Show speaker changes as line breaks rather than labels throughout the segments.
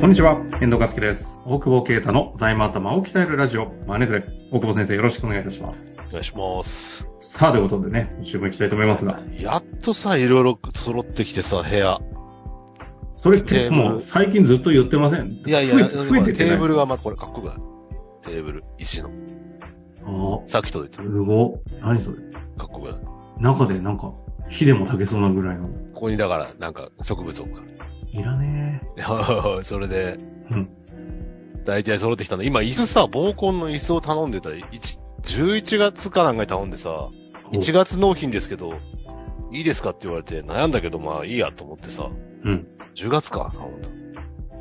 こんにちは、遠藤和樹です。大久保啓太の財務頭を鍛えるラジオ、マネフレ。大久保先生、よろしくお願いいたします。
お願いします。
さあ、ということでね、注文いきたいと思いますが、
やっとさ、いろいろ揃ってきてさ、部屋。
それ結構もう最近ずっと言ってません。
いやいや、
増え
でも
増えてって
テ
ない
ーブルがまあこれかっこよくない。テーブル、石の。
あ
さっき届い
あ、
た。
すごい。何それ。
かっこよくない。
中でなんか、火でも炊けそうなぐらいの。
ここにだから、なんか植物置くか
いらね
ら。 それで、
う
大体揃ってきたんで、今椅子さ、合コンの椅子を頼んでたら、一11月かなんかに頼んでさ、
え。
1月納品ですけど、いいですかって言われて悩んだけど、まあいいやと思ってさ、
うん。
10月か頼んだ。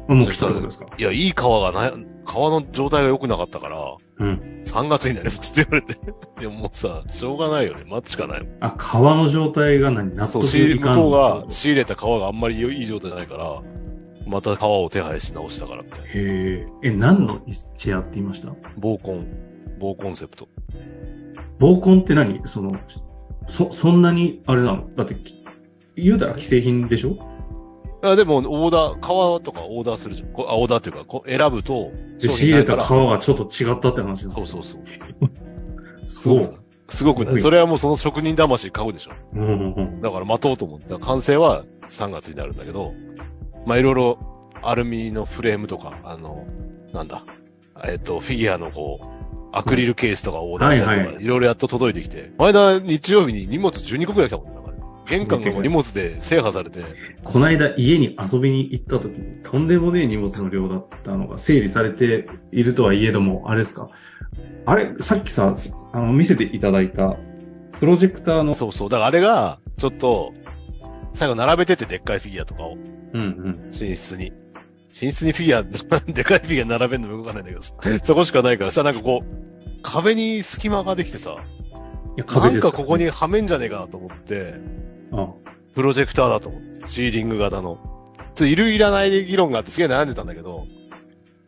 あもう来たってことですか
いや、いい皮がない、皮の状態が良くなかったから、
うん。
3月になりますって言われて。でももうさ、しょうがないよね。待つしかないもん。
あ、皮の状態が何納
そう、
得
仕入
い
れ
か
向
ん
こうが仕入れた皮があんまりいい状態じゃないから、また皮を手配し直したからみたいな。
へえ。え、何のチェアって言いました
暴根。暴コンセプト。
暴婚って何その、そ、そんなに、あれなのだってき、言うたら既製品でしょ
あでも、オーダー、皮とかオーダーするじゃん。こあ、オーダーっていうか、こ選ぶと、
で、仕入れた
ら
皮がちょっと違ったって話なん
そう
です
そううそう。
そう。そう。
すごく
す
な
ごい
いそれはもうその職人魂買うでしょ。
うんうんうん。
だから待とうと思って、だから完成は3月になるんだけど、まあ、いろいろアルミのフレームとか、あの、なんだ、えっと、フィギュアのこう、アクリルケースとかオーダーしたりとか、
はいいは
ろいろやっと届いてきて、前田日曜日に荷物12個くらい来たもんね、だから。玄関がもう荷物で制覇されて、
こないだ家に遊びに行った時に、とんでもねえ荷物の量だったのが整理されているとはいえども、あれですか。あれ、さっきさ、あの、見せていただいた、プロジェクターの、
そうそう。だからあれが、ちょっと、最後並べてて、でっかいフィギュアとかを、
うんうん。
寝室に。寝室にフィギュア、 でかいフィギュア並べるのもよくわかんないんだけどさ、そこしかないからさ、なんかこう、壁に隙間ができてさ、
いや、
な
壁
ん
です
かここにはめんじゃねえかなと思って、
あ
プロジェクターだと思って、シーリング型の。ちょいるいらないで議論があってすげえ悩んでたんだけど、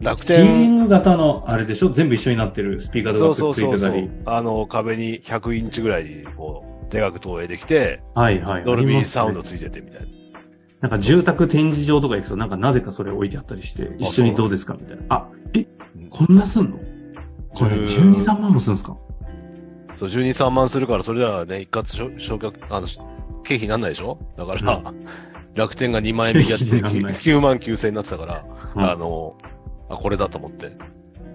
楽
ヒーリ
天、
ング型の、あれでしょ全部一緒になってるスピーカー
そ
と
う
かく
そ
っ
う
つい
そう
て
そ
た
う
り。、
あの、壁に100インチぐらいに、こう、でかく投影できて、
はいはい。
ドル
あり
ビ
ま
ー
すね
サウンドついててみたいな。
なんか住宅展示場とか行くと、なんかなぜかそれ置いてあったりして、一緒にどうですかみたいな。あ、え、こんなすんのこれ
十
12、3万もするんですか
そう、12、3万するから、それではね、一括消却、あの、経費なんないでしょだから、楽天が2万円引きやって
経費になんない
9万9千円になってたから、
うん
あの、あ、これだと思って。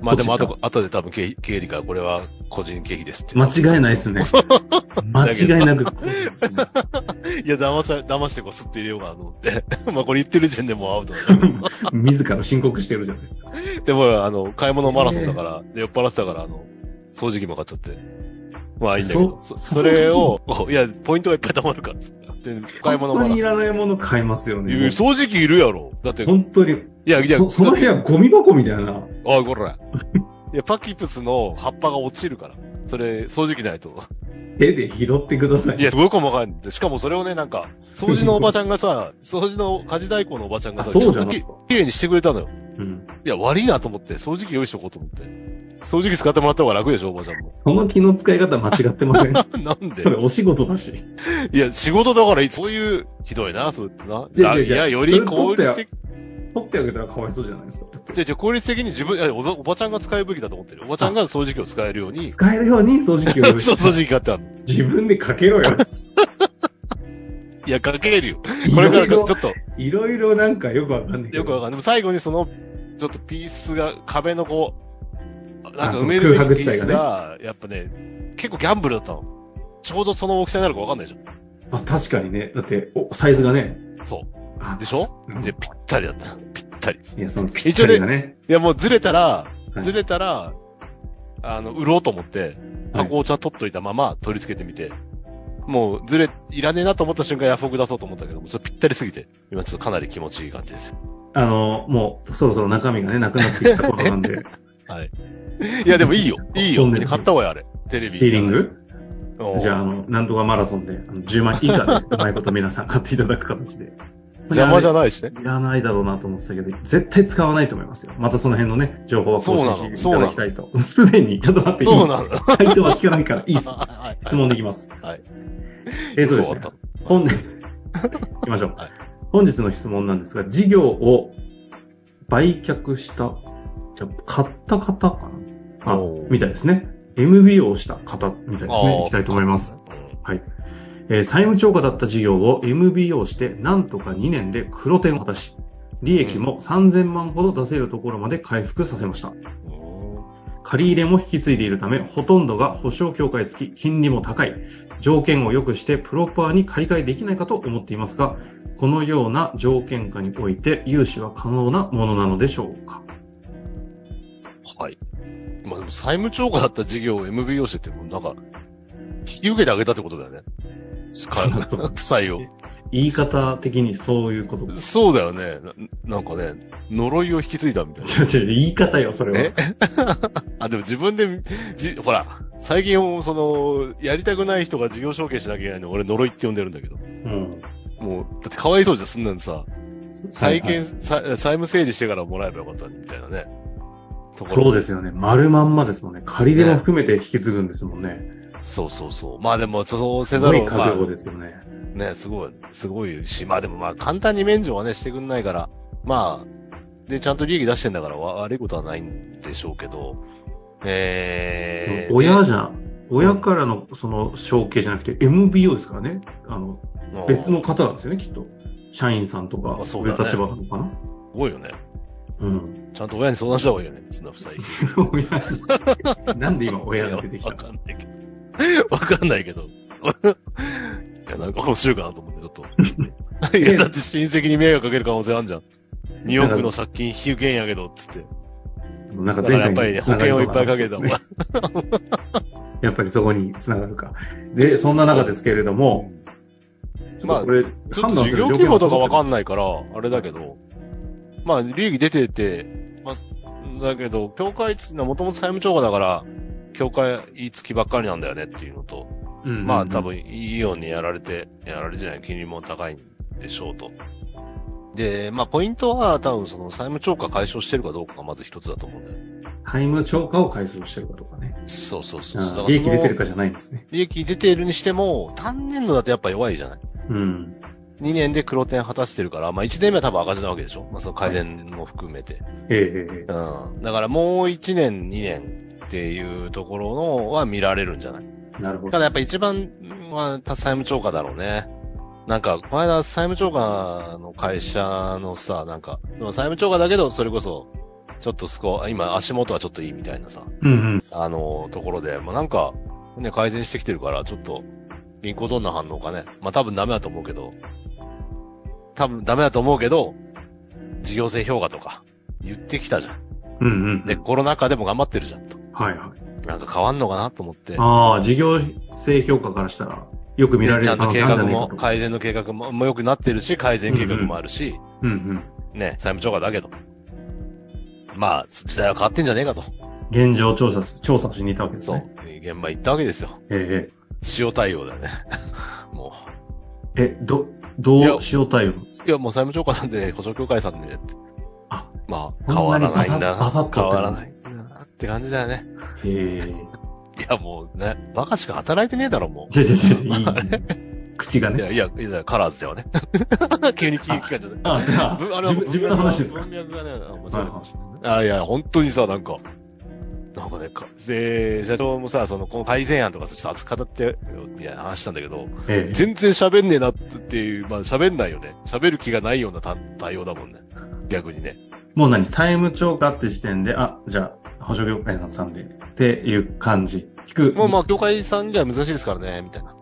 まあでも、
こ
あ
っちか
と、あとで多分経費経理からこれは個人経費ですって。
間違いないです ね。間違いなく。
いや、騙さ、騙してこすって入れようかなと思って。 まあこれ言ってる時点でもうアウトだけど
自ら申告してるじゃないですか。
でも、あの、買い物マラソンだから、で酔っ払ってたから、あの、掃除機も買っちゃって。まあいいんだけど、
そ
そ
掃除機
それを、いや、ポイントがいっぱい貯まるからっつって、で買い物
本当
マラソン
にい。らないもの買いますよ
いや
ね。
掃除機いるやろ。だって、い
本当に。
や、いや、
そその部屋ゴミ箱みたいな。
あ、こら。いや、パキプスの葉っぱが落ちるから。それ、掃除機ないと。
手で拾ってください。
いや、すごい細かいんで。しかもそれをね、なんか、掃除のおばちゃん がさ、掃除の家事代行のおばちゃん
あ
がさ、
そう
ちょっ
じゃ
と
ないで
き
すか。
きれいにしてくれたのよ。
うん。
いや、悪いなと思って、掃除機用意しとこうと思って。掃除機使ってもらった方が楽でしょ、おばちゃんも。
その気の使い方間違ってません。
なん で
それお仕事だし。
いや、仕事だから、そういう、ひどいな、そうやって
いや
な。
いやいや
や、よ
それ
り
取
効
って
率的。
取ってあげたらかわいそうじゃないですか。だって
じゃじゃ効率的に自分、いやおばおばちゃんが使うべきだと思ってる。おばちゃんが掃除機を使えるよ うに、
使えるように掃除機を用意
そう、
して
掃除機買ってあるの。
自分でかけ ろよ。
いや、かけるよ。これからちょっと、
いろいろなんかよくわかんないけ
よ
ど。
くわかんない。でも最後にその、ちょっとピースが、壁のこう、なん
あ
か
その
埋めるべ
空白
き
地
ピー
帯がね
スが、やっぱね、結構ギャンブルだったの。ちょうどその大きさになるかわかんないじゃ
まあ確かにね。だって、お、サイズがね。
ん。そ
あ
う。でしょ
うん
で、ぴったりだった。ぴったり。い
いや、そのピッチャがね。
や、もうずれたら、
はい
ずれたら、あの、売ろうと思って、
はい
箱をちゃんと取っといたまま取り付けてみて、もうずれ、いらねえなと思った瞬間ヤフオク出そうと思ったけど、もうそれぴったりすぎて、今ちょっとかなり気持ちいい感じですよ。
あの、もう、そろそろ中身がね、なくなってきた頃 なんで。
はい。いや、でもいいよ。いいよ。
飛んでる
買ったわよ、あれ。テレビ。
ヒーリング
うん
じゃあ、あの、なんとかマラソンで、あの10万以下で、うまいこと皆さん買っていただく形で。
邪魔じゃ
ない
ないしね。
いらないだろうなと思ってたけど、絶対使わないと思いますよ。またその辺のね、情報は更新していただきたいと。 すでに、ちょっと待って、
そう
の
なの。
回答は聞かないから、いいっす。
はい。
質問できます。
はい。
えっ、とです
よく
ね
終わっ、
本日、行きましょう、
はい
本日の質問なんですが、事業を売却した、じゃあ買った方かなあ
お、ー
みたいですね。MBO をした方みたいですね。
あー
いきたいと思います。はい。えー債務超過だった事業を MBO して、なんとか2年で黒点を果たし、利益も3000万ほど出せるところまで回復させました。
うん
借り入れも引き継いでいるため、ほとんどが保証協会付き、金利も高い、条件を良くしてプロパーに借り換えできないかと思っていますが、このような条件下において融資は可能なものなのでしょうか
はい。まあでも債務超過だった事業を MBO してって、もうなんか、引き受けてあげたってことだよね。か
そう
負債を。
言い方的にそういう こと。違
そうだよねな。なんかね、呪いを引き継いだみたいな。
う違う、言い方よ、それは
え。あ、でも自分で、じ、ほら、最近もその、やりたくない人が事業承継しなきゃいけないの、俺呪いって呼んでるんだけど。
うん。
もう、だってかわいそうじゃん、そんなんさ、債
はいは
権、
い
さ債務整理してからもらえばよかった、みたいなね。ところ
そうですよね。丸まんまですもんね。借り入れも含めて引き継ぐんですもんね。
そうそうそう。まあでも、そうせ
す
ざ
ご
る
い
を、ま
覚
あ
悟ですよね。
ね、すごい、すごいし、まあでもまあ簡単に免除はね、してくんないから、まあ、で、ちゃんと利益出してんだからわ悪いことはないんでしょうけど、えー、
親じゃ、親からのその承継じゃなくて MBO ですからね。あの、
の
別の方なんですよね、きっと。社員さんとか、
あそ
そうう
だ
い
ね
う立場なのかな。
すごいよね。
うん。
ちゃんと親に相談した方がいいよね、そんな負債。
親なんで今親が出てきた
わ
の
かんないけど。 わかんないけど。いや、なんか面白いかなと思って、ちょ っと。いや、だって親戚に迷惑かける可能性あるじゃん。2億の借金引き受けんやけど、つって。
なんか
だから
前
やっぱ
回
りね、
に
保険をいっぱいかけた
も
方が。
やっぱりそこに繋がるか。で、そんな中ですけれども、
まあ
これ、
ちょっ
判
と
断
事
す
業
る
規模とかわ
わ
かんないから、あれだけど、まあ、利益出てて、まあ、だけど、協会付きの、もともと債務超過だから、協会付きばっかりなんだよねっていうのと、
うん
まあ、多。分、いいようにやられて、やられてじゃない、金利も高いんでしょうと。で、まあ、ポイントは、多分、その、債務超過解消してるかどうかがまず一つだと思うんだよね。
タイム超過を解消してるかとかね。
そうそうそうそう。だ
あ
から
利益出てる
その
かじゃないんですね。
利益出てるにしても、単年度だとやっぱ弱いじゃない
うん。
2年で黒点果たしてるから、まあ1年目は多分赤字なわけでしょまあその改善も含めて。
えええええ
うん。だからもう1年、2年っていうところのは見られるんじゃない
えなるほ
た
ど。
だやっぱ一番は債務超過だろうね。なんか、この間債務超過の会社のさ、なんか、でも債務超過だけど、それこそ、ちょっとスコア、今足元はちょっといいみたいなさ、
うんうん。
あの、ところで、まあなんか、ね、改善してきてるから、ちょっと、銀行どんな反応かね。まあ多分ダメだと思うけど、多分ダメだと思うけど、事業性評価とか、言ってきたじゃん。
うんうん。
で、コロナ禍でも頑張ってるじゃんと。
はいはい。
なんか変わんのかなと思って。
ああ、事業性評価からしたら、よく見られ
ねち
る
ゃん
可
と
能
計
性あるんじ
画
ゃない
も、
かと。
改善の計画もも良くなってるし、改善計画もあるし、
うんうん。
ね、債務超過だけど。まあ、時代は変わってんじゃねえかと。
現状調査す、調査しに行ったわけです
そ
ね。
う。現場行ったわけですよ。
え
塩対応だよね。 もう。
えええ、ど、どうしよう対応
いや、もう債務超過なんで、保証協会さんで、って
あ
まあ、
そ
変
ん
わ
なに
らないんだ
バ
な。
サッバサッと
変わらないんだなって感じだよね。
へえ。
いや、もうね、バカしか働いてねえだろ、も
じゃじゃじゃ、いい。口が
う。い
ね。
や、いや、いやカラーズではね。 急に聞く感じだね。
あ、じゃあ
ぶ
自分自分の話ですか
文脈がね、あ面白いかもしれない。あ、いや、本当にさ、なんか、なんかね、かで、社長もさ、その、この改善案とかさ、ちょっと熱く語ってよ、みたいな話したんだけど、
ええ。
全然喋んねえなっていう、まあ喋んないよね。喋る気がないような対応だもんね。逆にね。
もう何債務超過って時点で、あ、じゃあ、保証業界さんで、っていう感じ。聞く。
もうまあ、業界さんには難しいですからね、みたいな。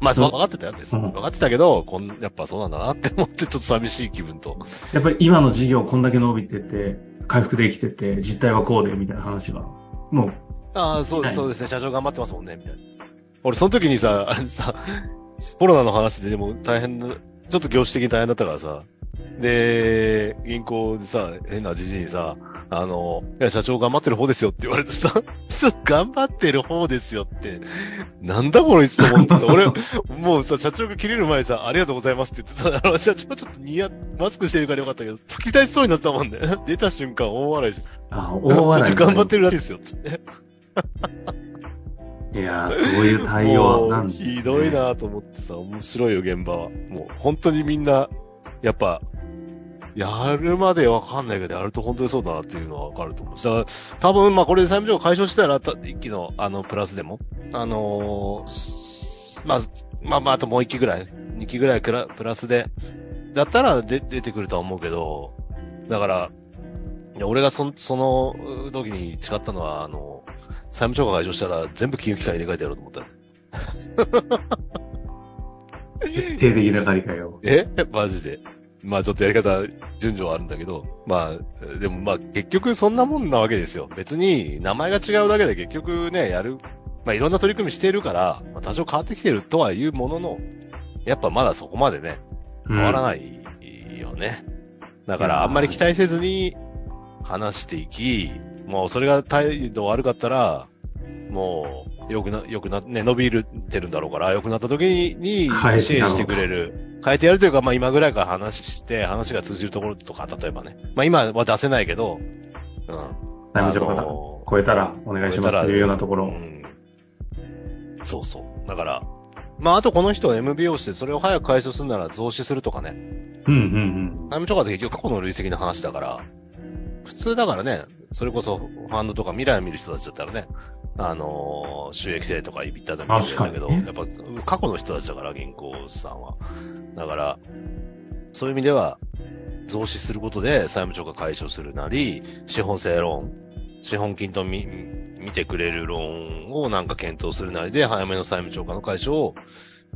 まあ、
そう
分かってたよ、別に。
うん
分かってたけど、こん、やっぱそうなんだなって思って、ちょっと寂しい気分と。
やっぱり今の事業こんだけ伸びてて、回復できてて、実態はこうで、みたいな話は。もう、
ああ、そうで
はい
す、そうですね、社長頑張ってますもんね、みたいな。俺、その時にさ、あのさ、コロナの話ででも大変な、ちょっと業種的に大変だったからさ、で、銀行でさ、変なじじいにさ、あの、いや、社長頑張ってる方ですよって言われてさ、 ちょ頑張ってる方ですよって、なんだこの質問って言って、俺、もうさ、社長が切れる前にさ、ありがとうございますって言ってさ、あの、社長ちょっとニヤ、マスクしてるからよかったけど、吹き出しそうになってたもんね。出た瞬間大笑いして、
あ、大笑い。
社長頑張ってるらしいですよ、つって。
いやー、そういう対応なん
もう
ですね
ひどい。なと思ってさ、面白いよ、現場は。もう、本当にみんな、やっぱ、やるまでわかんないけど、やると本当にそうだなっていうのはわかると思う。だから、多分、まあこれで債務上解消したら、た一期の、あの、プラスでも、あのーすまあ、まあまあ、あともう一期ぐらい、二期ぐらいくらプラスで、だったらで出てくるとは思うけど、だから、いや俺がそんその時に誓ったのは、あの、債務超過解消したら全部金融機関入れ替えてやろうと思った。
徹底的な借り換えを。
え マジで。まあちょっとやり方、順序はあるんだけど、まあ、でもまあ結局そんなもんなわけですよ。別に名前が違うだけで結局ね、やる、まあいろんな取り組みしてるから、まあ多少変わってきてるとは言うものの、やっぱまだそこまでね、変わら
い。
ないよね。だからあんまり期待せずに話していき、もうそれが態度悪かったら、もう良くな、良くな、ね、伸びるてるんだろうから、良くなった時に
変え
支
てやろ
援
うと
してくれる。変えてやるというか、まあ今ぐらいから話して、話が通じるところとか、例えばね。まあ今は出せないけど、うん。
債務超過
あ
だ。
の
超えたらお願いしますというようなとこ
う
ろ。
ん。そうそう。だから、まああとこの人は MBO して、それを早く解消するなら増資するとかね。
うんうん
タイム超過って結局過去の累積の話だから、普通だからね、それこそファンドとか未来を見る人たちだったらね、あのー収益性とか EBITDA でも見るんだけど、やっ
確
ぱ過去の人たちだから、銀行さんは。だから、そういう意味では、増資することで債務超過解消するなり、資本性ローン、資本金とみ見てくれるローンをなんか検討するなりで、早めの債務超過の解消を、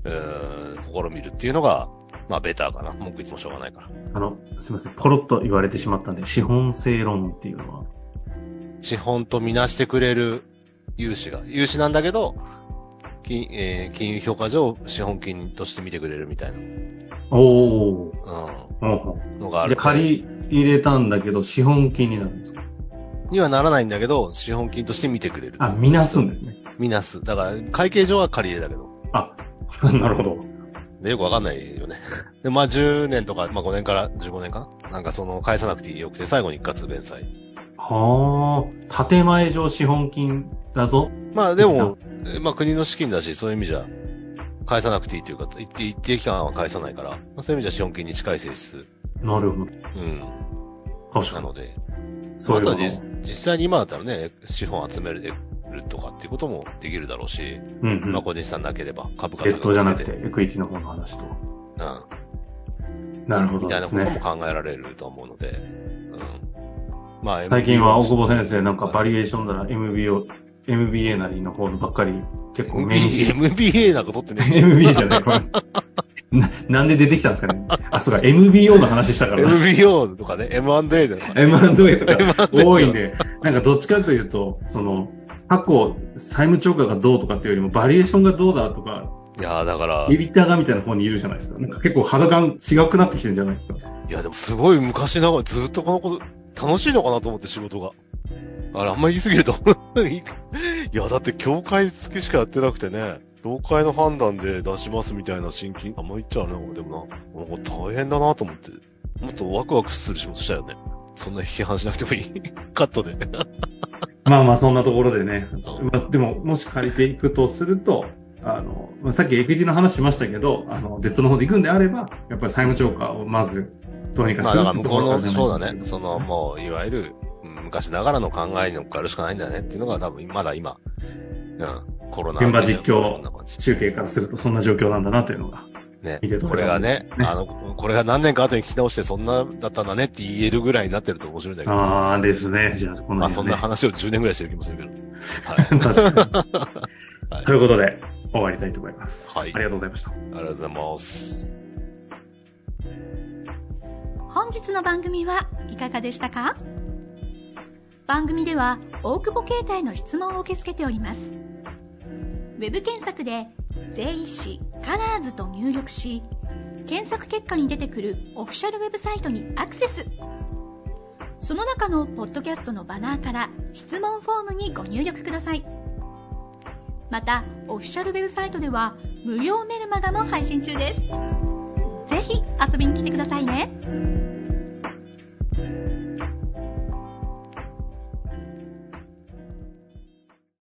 えー試みるっていうのが、まあ、ベターかな。文句言ってもしょうがないから。
うん。あの、すみません。ポロッと言われてしまったんで、資本性論っていうのは。
資本とみなしてくれる融資が、融資なんだけど、金,、えー金融評価上資本金として見てくれるみたいな、
おー。ほ
う、
うほうん
のがあ
で
る。
借り入れたんだけど、資本金になるんですか
にはならないんだけど、資本金として見てくれる。
あ、見なすんですね。
みなす。だから、会計上は借り入れだけど。
あ、 なるほど。
で、よくわかんないよね。で、まあ、10年とか、まあ、5年から15年かな。なんか、その、返さなくてよくて、最後に一括弁済。
はあ、建前上資本金だぞ。
まあでも、えまあ国の資金だし、そういう意味じゃ、返さなくていいというか、一定一定期間は返さないから、まあ、そういう意味じゃ資本金に近い性質。
なるほ
うん。
ど。確か
な
に。
ので、
そういう
あと
こ
は
と。
実実際に今だったらね、資本集めるとかっていうこともできるだろうし、
うんう
まあ
ん。
個人資産なければ株価
レッドじゃな
高
く
くつ
て、
けて、
エクイティの方の話と。
うん。
なるほど
み
で
たいな
す
ことも
ね。
考えられると思うので、うん。まあ、
最近は大久保先生、なんか
バ
バリエーションなら MBO、MBA なりの方のばっかり結構メイン
MBA, MBA なんか取ってね。
MBA じゃない、ごめんなさいななんで出てきたんですかね。あ、そうか、MBO の話したからな。
MBO とかね、M&A とか。
M&A とか多いんで、なんかどっちかというと、その、過去、債務超過がどうとかっていうよりも、バリエーションがどうだとか、
いやーだから、
エビターがみたいな方にいるじゃないですか。なんか結構肌感違くなってきてるんじゃないですか。
いや、でもすごい昔ながら、ずっとこのこと、楽しいのかなと思って仕事が。あれ、あんまり言い過ぎると。 いや、だって、協会付きしかやってなくてね、協会の判断で出しますみたいな新金、あんま言っちゃうね、でもな、なんか大変だなと思って、もっとワクワクする仕事したよね。そんな批判しなくてもい い。カットで。
まあまあそんなところでね。まあ、でも、もし借りていくとすると、あの、まあさっきエクイティの話しましたけど、あの、デッドの方で行くんであれば、やっぱり債務超過をまず、どうにか
まあ、
しよ
だ
う
から
ってと
向こ
こ
う
ろから
の、
じゃない
そうだね、その、もう、いわゆる、うん昔ながらの考えに乗っかるしかないんだねっていうのが多分、まだ今、うん、コロナ
現場実況
こんな感じ
中継からするとそんな状況なんだなというのが。
ね、
見てると
これがね、
ね
あの、これが何年か後に聞き直して、そんなだったんだねって言えるぐらいになってると面白いんだけど、
ああですね。じゃあ、この
まあそん
辺で
な
ね、
話を10年ぐらいしてる気もするけど。はい。
確かに。
はい
ということで、終わりたいと思います。
はい
ありがとうございました。
ありがとうございます。
本日の番組はいかがでしたか番組では大久保携帯の質問を受け付けておりますウェブ検索で「税理士カラーズと入力し検索結果に出てくるオフィシャルウェブサイトにアクセスその中のポッドキャストのバナーから質問フォームにご入力くださいまたオフィシャルウェブサイトでは無料メルマガも配信中ですぜひ遊びに来てくださいね